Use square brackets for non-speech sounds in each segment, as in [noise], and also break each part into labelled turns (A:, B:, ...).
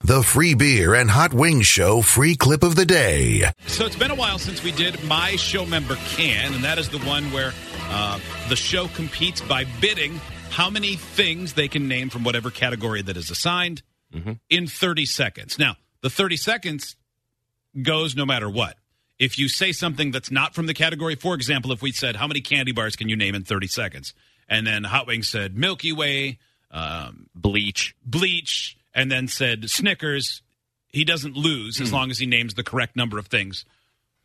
A: The free beer and hot wings show free clip of the day.
B: So it's been a while since we did My Show Member Can, and that is the one where uh, the show competes by bidding how many things they can name from whatever category that is assigned in 30 seconds. Now, the 30 seconds goes no matter what. If you say something that's not from the category, for example, if we said, How many candy bars can you name in 30 seconds? And then Hot Wings said Milky Way, um,
C: bleach.
B: bleach and then said Snickers, he doesn't lose as long as he names the correct number of things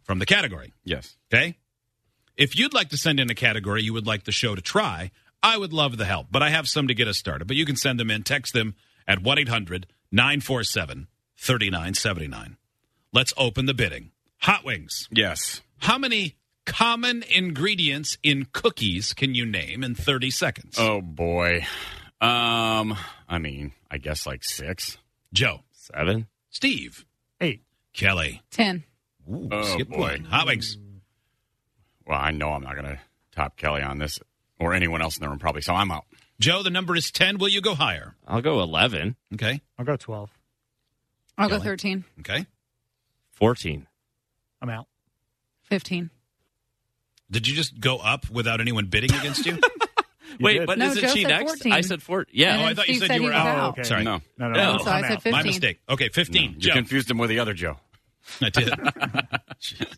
B: from the category.
C: Yes.
B: Okay? If you'd like to send in a category you would like the show to try, I would love the help, but I have some to get us started. But you can send them in, text them at 1 800 947 3979. Let's open the bidding. Hot Wings.
C: Yes.
B: How many common ingredients in cookies can you name in 30 seconds?
C: Oh boy. Um. I mean, I guess like six,
B: Joe.
C: seven.
B: Steve.
D: Eight.
B: Kelly.
E: 10.
B: Ooh,
C: Oh,
B: skip
C: boy.
B: one. Hot Wings.
C: Well, I know I'm not gonna top Kelly on this or anyone else in the room probably. So I'm out.
B: Joe, the number is 10. Will you go higher?
F: I'll go 11,
B: Okay.
D: I'll go 12.
E: I'll go
B: Kelly?
E: 13.
B: Okay.
F: 14.
D: I'm out.
E: 15.
B: Did you just go up without anyone bidding against you?
F: Wait,
D: did.
F: but
E: No,
F: isn't
E: Joe
F: she
E: said
F: next?
E: 14.
F: I said 4.
E: [laughs]
F: Yeah.
E: And
B: Oh, I
E: then
B: thought you
E: Steve
B: said you were
E: he
B: out.
E: was
D: Oh, okay.
B: Sorry.
C: No. No.
D: No, no,
F: No.
D: no.
E: So I
D: I'm
E: said
D: out.
E: 15.
B: My mistake. Okay, 15.
C: You
B: Joe.
C: confused him with the other Joe.
B: I
C: [laughs]
B: did.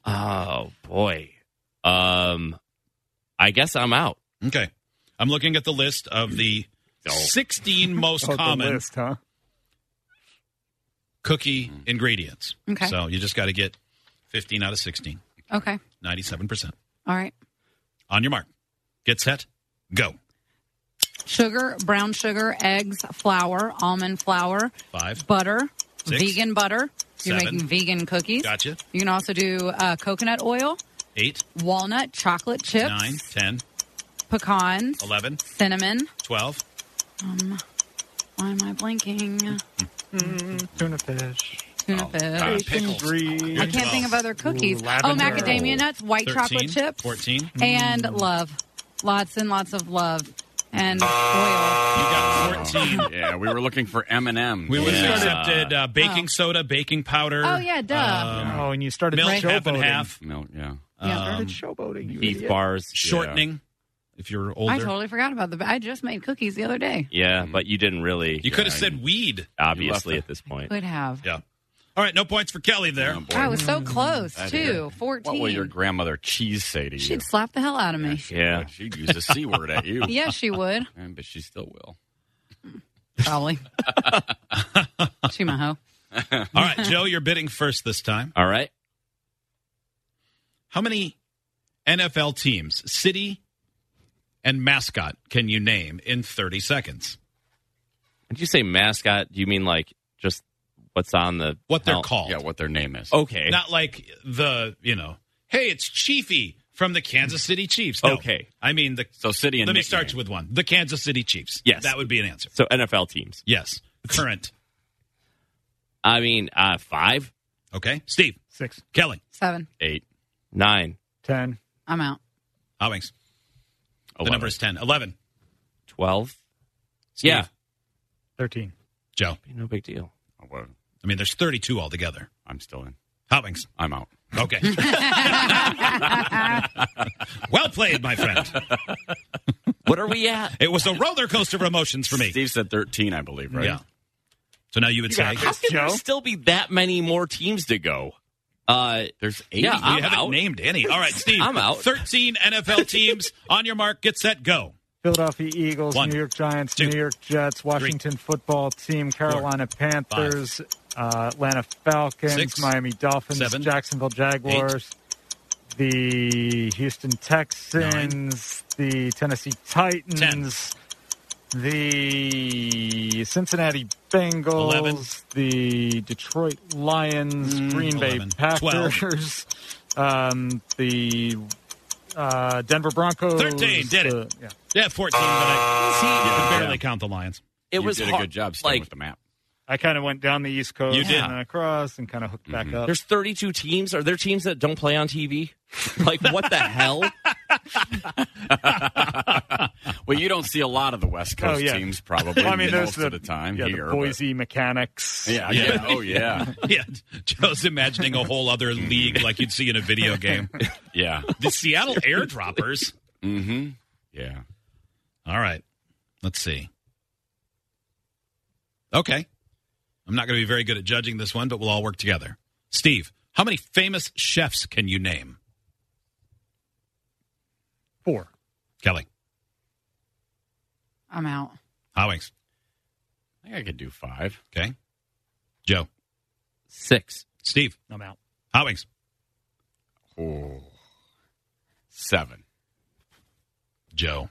F: Oh, boy. Um, I guess I'm out.
B: Okay. I'm looking at the list of the
C: Oh.
B: 16 most
E: [laughs]
D: Oh, the
B: common
D: list, huh?
B: cookie ingredients.
E: Okay.
B: So you just got to get 15 out of 16,
E: Okay.
B: 97%.
E: All right.
B: On your mark. Get set. Go.
E: Sugar, brown sugar, eggs, flour, almond flour,
B: Five.
E: butter,
B: Six.
E: vegan butter. You're
B: Seven.
E: making vegan cookies.
B: Gotcha.
E: You can also do uh, coconut oil,
B: Eight.
E: walnut, chocolate chips,
B: Nine. Oh. 10.
E: pecans,
B: 11.
E: cinnamon.
B: 12.
E: Why am I
B: Oh,
E: blanking?
D: Tuna fish.
E: Tuna
C: God.
E: fish.
B: Uh, Pickles.
D: Three.
E: I can't think of other cookies. oh,
D: lavender.
E: macadamia nuts, white
B: 13.
E: chocolate chips,
B: 14.
E: and love. Lots and lots of love and oil.
B: You got 14.
C: yeah, we were looking for M and M.
B: We would have
F: Yeah.
B: accepted uh, baking
E: Oh.
B: soda, baking powder.
E: Oh, yeah, duh.
B: um,
D: Oh, and you started
B: milk,
D: showboating.
B: half and half.
C: Milk. Yeah.
E: Yeah.
B: um,
D: started showboating. You
F: Heath
D: idiot.
F: bars.
B: shortening. If you're older,
E: I totally forgot about the. I just made cookies the other day.
C: Mm-hmm.
F: Yeah, but you didn't really, uh,
B: you could have
C: Yeah,
B: said weed.
F: obviously,
C: you
F: at this point.
E: Could have.
B: Yeah. All right, no points for Kelly there.
C: Oh, boy.
E: I was so close
C: That
E: too.
C: is-
E: Fourteen.
C: What will your grandmother cheese say to you?
E: She'd slap the hell out of me.
C: she
F: Yeah.
C: would. She'd use the c word at you.
E: [laughs] Yeah,
C: [laughs]
E: she would
C: Yeah, But she still will. [laughs]
E: probably. she my hoe.
B: All right, Joe, you're bidding first this time.
F: All right.
B: How many NFL teams, city, and mascot can you name in 30 seconds?
F: When you say mascot, do you mean like just what's on the.
B: What they're
F: hel-
B: called?
C: Yeah, what their name is.
F: Okay.
B: Not like the you know, hey, it's Chiefy from the Kansas City Chiefs. No.
F: Okay.
B: I mean the.
C: So city and
B: Let me
C: nickname.
B: start you with one: the Kansas City Chiefs.
F: Yes.
B: that would be an answer.
F: So NFL teams.
B: Yes, current.
F: I mean, uh, five,
B: Okay, Steve,
D: Six,
B: Kelly,
E: Seven.
C: eight.
F: nine,
D: ten,
E: I'm out.
B: Howings. The
C: 11.
B: number is ten. Eleven.
F: 12.
B: Steve,
F: Yeah.
D: thirteen.
B: Joe.
F: No big deal.
C: Oh, well,
B: I mean, there's 32 altogether.
C: I'm still in.
B: Howings.
C: I'm out.
B: Okay. well played, my friend.
F: What
B: [laughs]
F: are we at?
B: It was a roller coaster of emotions for me.
C: Steve said 13, I believe, right?
B: Yeah. So now you would say,
F: How can there
D: Joe?
F: still be that many more teams to go? Uh,
C: There's eight.
F: yeah,
B: you
F: I'm
B: haven't
F: out.
B: named any. All right, Steve.
F: I'm out.
B: 13 NFL teams on your mark, get set, go.
D: Philadelphia Eagles,
B: One,
D: New York Giants,
B: two,
D: New York Jets, Washington football team, Carolina Panthers, uh, Atlanta Falcons,
B: Six,
D: Miami Dolphins,
B: seven,
D: Jacksonville Jaguars, the Houston Texans, the Tennessee Titans, the Cincinnati Bengals,
B: Eleven.
D: the Detroit Lions, Green
B: mm, eleven.
D: Bay Packers, [laughs] um, the uh, Denver Broncos.
B: 13, did it.
D: uh, yeah.
B: Yeah, 14, but I
C: Yeah,
B: could
C: yeah.
B: barely count the Lions.
F: it
C: you
F: was
C: did
F: hard.
C: a good job staying
F: Like
C: with the map.
D: I kind of went down the East Coast,
B: You did. Mm-hmm.
D: and then across, and kind of hooked back up.
F: there's 32 teams. Are there teams that don't [laughs] play on TV? Like what the hell?
C: Well, you don't see a lot of the
F: [laughs]
C: West Coast
D: Oh, yeah.
C: teams probably
D: I
C: most
D: mean, there's the,
C: of the time
D: yeah,
C: here.
D: the
C: but-
D: Boise mechanics.
C: [laughs] yeah,
B: Yeah.
C: yeah, oh
F: [laughs]
C: yeah,
B: [laughs] Yeah, Joe's imagining a whole other league like you'd see in a video game.
C: yeah,
F: [laughs]
B: The Seattle Airdroppers.
C: mm-hmm. yeah.
B: All right, let's see. Okay, I'm not going to be very good at judging this one, but we'll all work together. Steve, how many famous chefs can you name?
D: Four.
B: Kelly,
E: I'm out.
B: Howings,
C: I think I could do five.
B: okay, Joe,
F: Six.
B: Steve,
D: I'm out.
B: Howings,
C: Oh, seven.
B: Joe.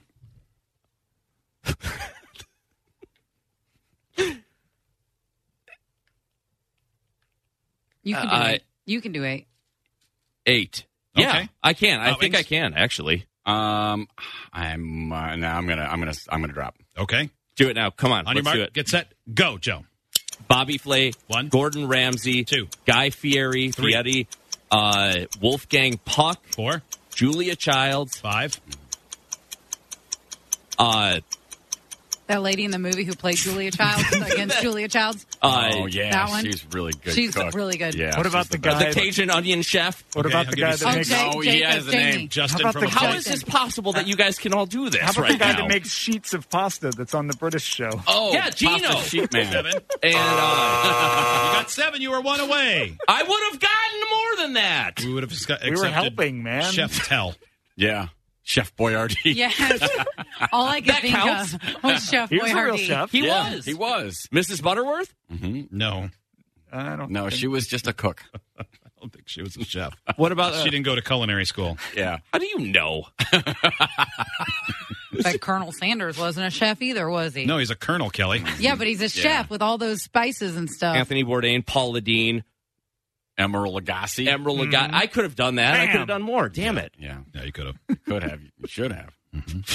E: You can do
F: Uh,
E: eight. You can do eight.
F: Eight.
B: Okay.
F: Yeah, I can. I
B: Uh,
F: think
B: Wings?
F: I can actually
C: Um, I'm uh, now. I'm gonna. I'm gonna. I'm gonna drop.
B: Okay,
F: do it now. Come on,
B: on your
F: let's
B: mark,
F: do it.
B: get set, go, Joe.
F: Bobby Flay,
B: One.
F: Gordon Ramsay,
B: Two.
F: Guy Fieri,
B: Three.
F: Fieri, uh, Wolfgang Puck,
B: Four,
F: Julia Childs,
B: five.
F: uh,
E: That lady in the movie who played Julia Childs
C: [laughs]
E: against Julia Childs.
F: uh,
C: oh yeah,
E: that one?
C: she's really good.
E: She's
C: cook.
E: really good.
C: Yeah.
D: What
C: she's
D: about the
C: best.
D: guy-
F: the Cajun onion chef.
D: What
B: Okay,
D: about
B: I'll
D: the
B: give you
D: guy that
E: Oh,
B: six.
D: makes
E: Jake,
C: Oh, he
E: Jacob
C: has a
E: Jamie.
C: name.
B: Justin
D: about
B: from
D: the
F: How
B: Ohio.
F: is this possible that you guys can all do this
D: How about
F: right
D: the guy
F: now?
D: that makes sheets of pasta that's on the British show?
C: Oh,
F: Yeah, Gino.
C: Pasta sheet man.
B: Seven. You
F: and uh,
B: got seven. You were one away.
F: I would have gotten more than that.
B: We would have sc-
D: we were
B: accepted
D: helping, man.
B: Chef Tell.
C: Yeah, Chef Boyardee.
E: Yes.
C: [laughs]
E: All I could
F: That
E: think
F: counts.
E: of was Chef
D: He was a real
E: Boyardee.
D: chef.
C: [laughs]
F: He
C: Yeah,
F: was.
C: He was.
F: Mrs. Butterworth?
B: No,
D: I don't
C: No,
D: think-
C: she was just a cook.
B: I don't think she was a chef.
F: What about
B: [laughs]
F: uh,
B: she didn't go to culinary school.
C: Yeah.
F: How do you know?
E: But Colonel Sanders wasn't a chef either, was he?
B: No, he's a colonel, [laughs] Kelly.
E: Yeah, but he's a chef with all those spices and stuff.
F: Anthony Bourdain, Paula Dean,
C: Emeril Lagasse.
F: Emerald Lagasse. I could have done that. I could have
D: Bam.
F: done more. Damn it.
C: yeah,
B: Yeah, you could have.
C: could have. You should have.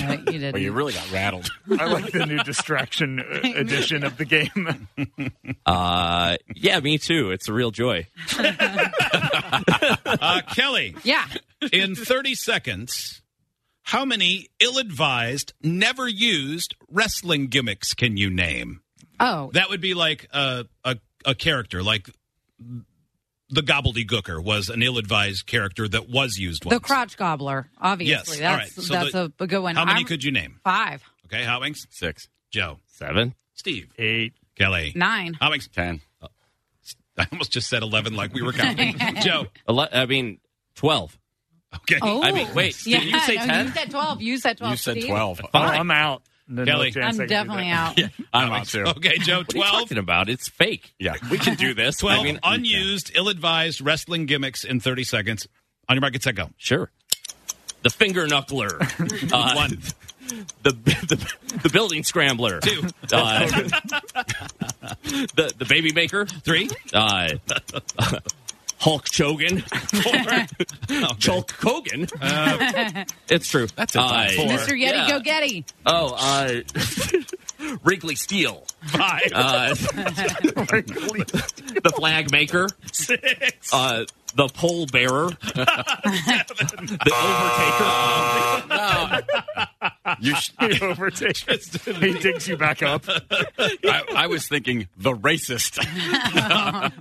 E: Right, you didn't.
C: But you really got
F: [laughs]
C: rattled.
D: I like the new distraction uh, edition of
B: [laughs]
D: the game.
F: Uh, yeah, me too. It's a real joy.
B: Uh, Kelly,
E: yeah.
B: in 30 seconds, how many ill advised, never used wrestling gimmicks can you name?
E: Oh,
B: That would be like a, a, a character, like the gobbledygooker was an ill advised character that was used once.
E: the crotch gobbler, obviously.
B: Yes, all
E: That's
B: right. So
E: that's
B: the-
E: a good one.
B: How many
E: I'm-
B: could you name?
E: Five,
B: Okay, Howings,
C: Six,
B: Joe,
F: Seven.
B: Steve,
D: Eight.
B: Kelly,
E: nine.
B: Howings.
C: ten.
B: I almost just said 11 like we were
F: [laughs]
B: counting. Joe,
F: Ele- I mean, 12.
B: okay.
E: Oh,
F: I mean, wait,
E: Yeah,
F: did you say
E: no,
F: 10?
E: You said twelve. You said twelve.
C: you said
E: Steve.
C: twelve.
D: Oh,
F: Fine.
D: I'm out. No, no
B: Kelly.
D: chance I
E: I'm
D: can do
E: definitely
D: that. [laughs]
E: out. [laughs]
C: I'm out too.
B: Okay, Joe,
F: What are you
B: 12.
F: talking about? It's fake.
C: Yeah.
F: We can do this.
B: 12
F: I mean,
B: unused, ill advised wrestling gimmicks in 30 seconds. On your mark, get set, go.
F: sure. The finger
B: [laughs]
F: knuckler. Uh,
B: One,
F: The, the, the building scrambler.
B: two,
F: Uh, [laughs] the, the baby maker.
B: three,
F: Uh, [laughs] Hulk Chogan.
B: four.
F: [laughs]
B: Oh,
F: Chulk Kogan. it's true. That's
C: a top four.
E: Mr. Yeti
F: Yeah.
E: Go Getty.
F: Oh, uh, [laughs] Wrigley Steel.
B: Five, [laughs]
F: Uh, the flag maker.
B: six,
F: Uh, the pole
B: [laughs]
F: bearer. the overtaker.
C: You
F: [laughs]
C: sh-
D: He overtakes. he digs you
B: [laughs]
D: back up.
C: I, I was thinking the racist.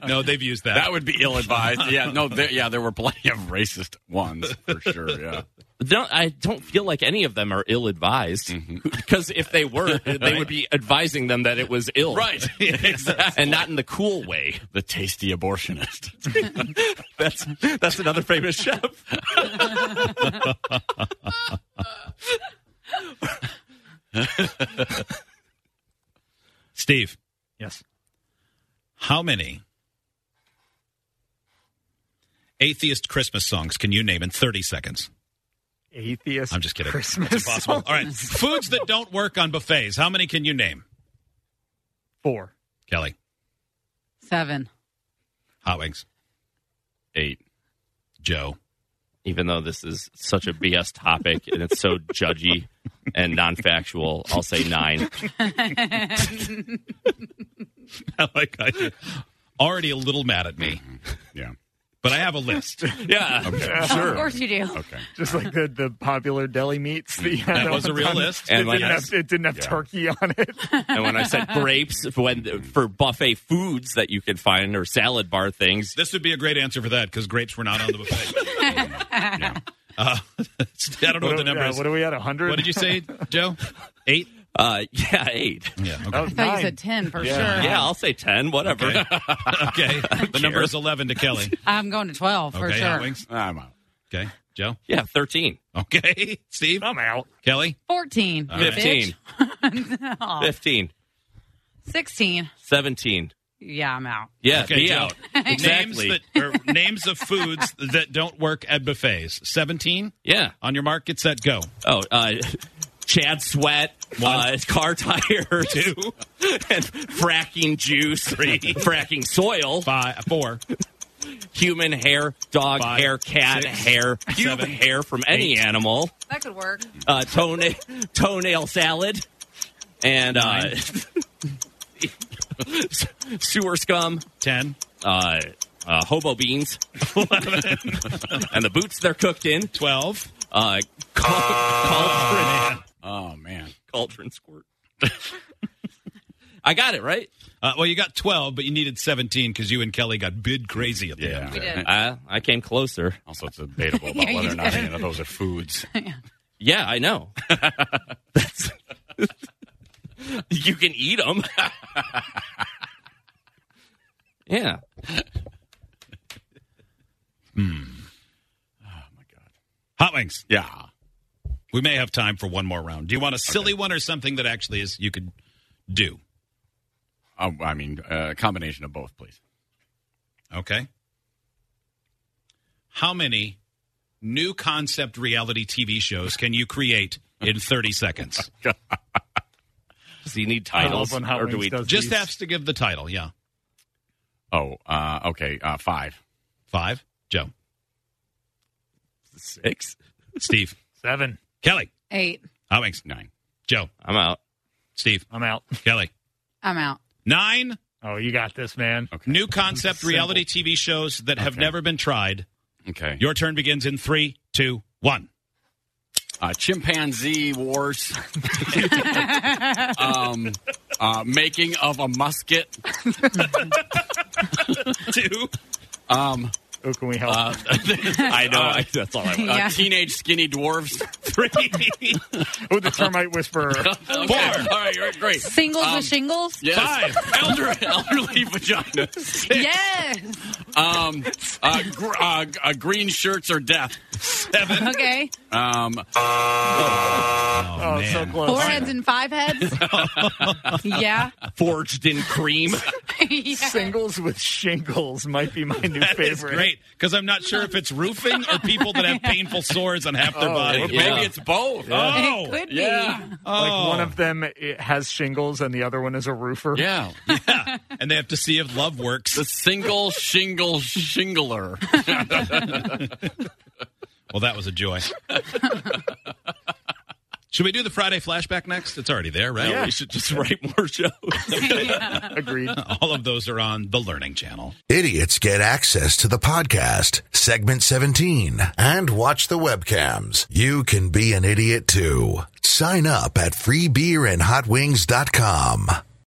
B: no, they've used that.
C: That would be ill advised. Yeah. No. There, yeah. There were plenty of racist ones for sure. Yeah.
F: Don't, I don't feel like any of them are ill advised [laughs] because if they [laughs] were, they would be advising them that it was ill.
C: [laughs]
B: exactly.
F: [laughs] And not in the cool way.
C: The tasty abortionist.
F: [laughs] That's that's another famous chef.
B: Steve,
D: Yes.
B: how many atheist Christmas songs can you name in 30 seconds?
D: Atheist.
B: I'm just kidding.
D: Christmas.
B: It's impossible. All right.
D: songs.
B: Foods that don't work on buffets. How many can you name?
D: Four.
B: Kelly,
E: Seven.
B: Hot Wings,
C: Eight.
B: Joe, [laughs]
F: Even though this is such a BS topic and it's so judgy and non factual, I'll say nine.
B: I like I already a little mad at me,
C: Yeah.
F: [laughs]
B: but but I have a list.
F: [laughs] Yeah,
E: Of
F: sure.
E: course you do.
C: Okay.
D: Just like the, the popular deli meats. That, you had
B: That was
D: all
B: a real
D: the time.
B: list.
D: It
F: And when
D: didn't
F: I-
D: have, it didn't have turkey on it.
F: And when I said grapes, for when for buffet foods that you could find or salad bar things,
B: This would be a great answer for that because grapes were not on the buffet. uh, [laughs] I don't know what, the number
D: yeah,
B: is.
D: what are we at? 100?
B: What did you say, Joe? Eight?
F: uh, yeah, eight.
B: Yeah.
D: [laughs] That
B: Okay.
D: was
E: I thought you
D: nine.
E: said 10 for sure.
F: Yeah, I'll say ten, whatever.
B: Okay. okay. The number is 11 to Kelly.
E: I'm going to 12 for
B: okay. Hot
E: sure.
B: wings.
C: I'm out.
B: Okay. Joe?
F: Yeah, thirteen.
B: Okay. [laughs] Steve?
D: I'm out.
B: Kelly?
E: 14.
F: Uh,
B: All right.
E: bitch.
F: 15. 15.
E: 16.
F: 17.
E: Yeah, I'm out.
F: Yeah,
B: Okay,
F: be
B: Joe.
F: out. Exactly.
B: [laughs] Names, that, or names of foods that don't work at buffets. 17?
F: yeah.
B: On your mark, get set, go.
F: Oh, uh, Chad Sweat, uh, [laughs] car
B: [laughs]
F: tire, two, [laughs] and fracking juice, three, fracking soil,
B: Five, four,
F: human hair, dog
B: Five,
F: hair, cat
B: six,
F: hair, human
B: seven,
F: hair from any animal,
E: That could work.
F: uh, toenail, toenail salad, and uh, [laughs] sewer scum,
B: ten,
F: uh, uh, hobo beans, [laughs] and the boots they're cooked in.
B: twelve.
F: Uh,
B: Uh.
F: cauldron,
C: Oh man.
F: cauldron squirt. I got it right.
B: Uh, well, you got 12, but you needed 17 because you and Kelly got bid crazy at the
C: Yeah.
B: end.
E: We did.
F: I I came closer.
C: Also, it's
F: [laughs]
C: debatable about
E: Yeah, you
C: whether or not
E: did.
C: any of those are foods.
F: Yeah, I know. That's- you can eat them. yeah.
B: Hot wings.
C: Yeah.
B: We may have time for one more round. Do you want a silly one or something that actually is you could do?
C: I, I mean, uh, combination of both, please.
B: Okay. How many new concept reality TV shows can you create in 30 seconds?
F: Does he need
D: I
F: titles,
D: love when Hot
F: or do
D: Wings
F: we?
D: does
B: Just
D: these.
B: has to give the title. Yeah.
C: Oh, uh, okay. Uh, five.
B: Five. Joe.
F: Six.
B: Steve.
D: Seven.
B: Kelly.
E: 8.
B: Hot wings.
C: Nine.
B: Joe.
F: I'm out.
B: Steve.
D: I'm out.
B: Kelly.
E: I'm out.
B: Nine
D: Oh, you got this, man.
C: Okay.
B: new concept
D: Simple.
B: reality TV shows that have
C: Okay.
B: never been tried.
C: Okay.
B: Your turn begins in three, two, one.
C: Uh, chimpanzee wars. [laughs]
F: [laughs]
C: um, uh, making of a musket.
B: Two.
C: Um,
D: Who can we help?
B: Uh,
C: [laughs]
F: I know. I, that's all I want.
C: uh,
E: Yeah.
C: teenage skinny dwarves.
B: Three. [laughs]
D: oh, the termite whisperer.
B: Oh,
C: Four. All right. Great. great.
E: Singles with shingles?
C: Yes.
B: Five.
C: Elder, elderly vagina.
E: Yes.
C: Um, uh, gr- uh, g- uh, green shirts or death.
E: Okay.
C: Um,
D: Oh, so close.
E: Four heads and five heads? yeah. [laughs]
F: Forged in
D: [laughs]
F: cream.
E: yeah.
D: Singles with shingles might be
B: [laughs]
D: my new
B: That is
D: favorite.
B: great because I'm not sure if it's roofing or people that have painful sores on half
D: Oh,
B: their body.
C: maybe
F: Yeah.
C: it's both.
E: It
B: Oh,
E: could be.
C: yeah.
D: Like one of them it has shingles and the other one is a roofer.
C: Yeah.
B: and they have to see if love works.
C: The single shingle shingler.
B: Well, that was a
D: [laughs]
B: joy. Should we do the Friday flashback next? It's already there, right?
D: Yeah.
F: We should just write more shows.
D: [laughs]
B: [laughs]
D: Agreed.
B: All of those are on the Learning Channel.
A: Idiots get access to the podcast, segment 17, and watch the webcams. You can be an idiot too. Sign up at freebeerandhotwings.com.